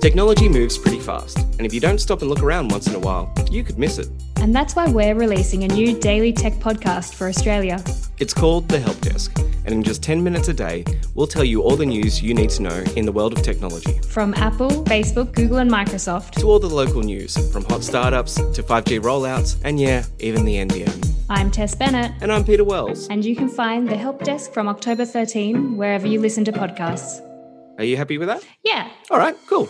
Technology moves pretty fast, and if you don't stop and look around once in a while, you could miss it. And that's why we're releasing a new daily tech podcast for Australia. It's called The Help Desk, and in just 10 minutes a day, we'll tell you all the news you need to know in the world of technology. From Apple, Facebook, Google, and Microsoft, To all the local news, from hot startups to 5G rollouts, and yeah, even the NBN. I'm Tess Bennett, And I'm Peter Wells. and you can find The Help Desk from October 13 wherever you listen to podcasts. Are you happy with that? Yeah, All right, cool.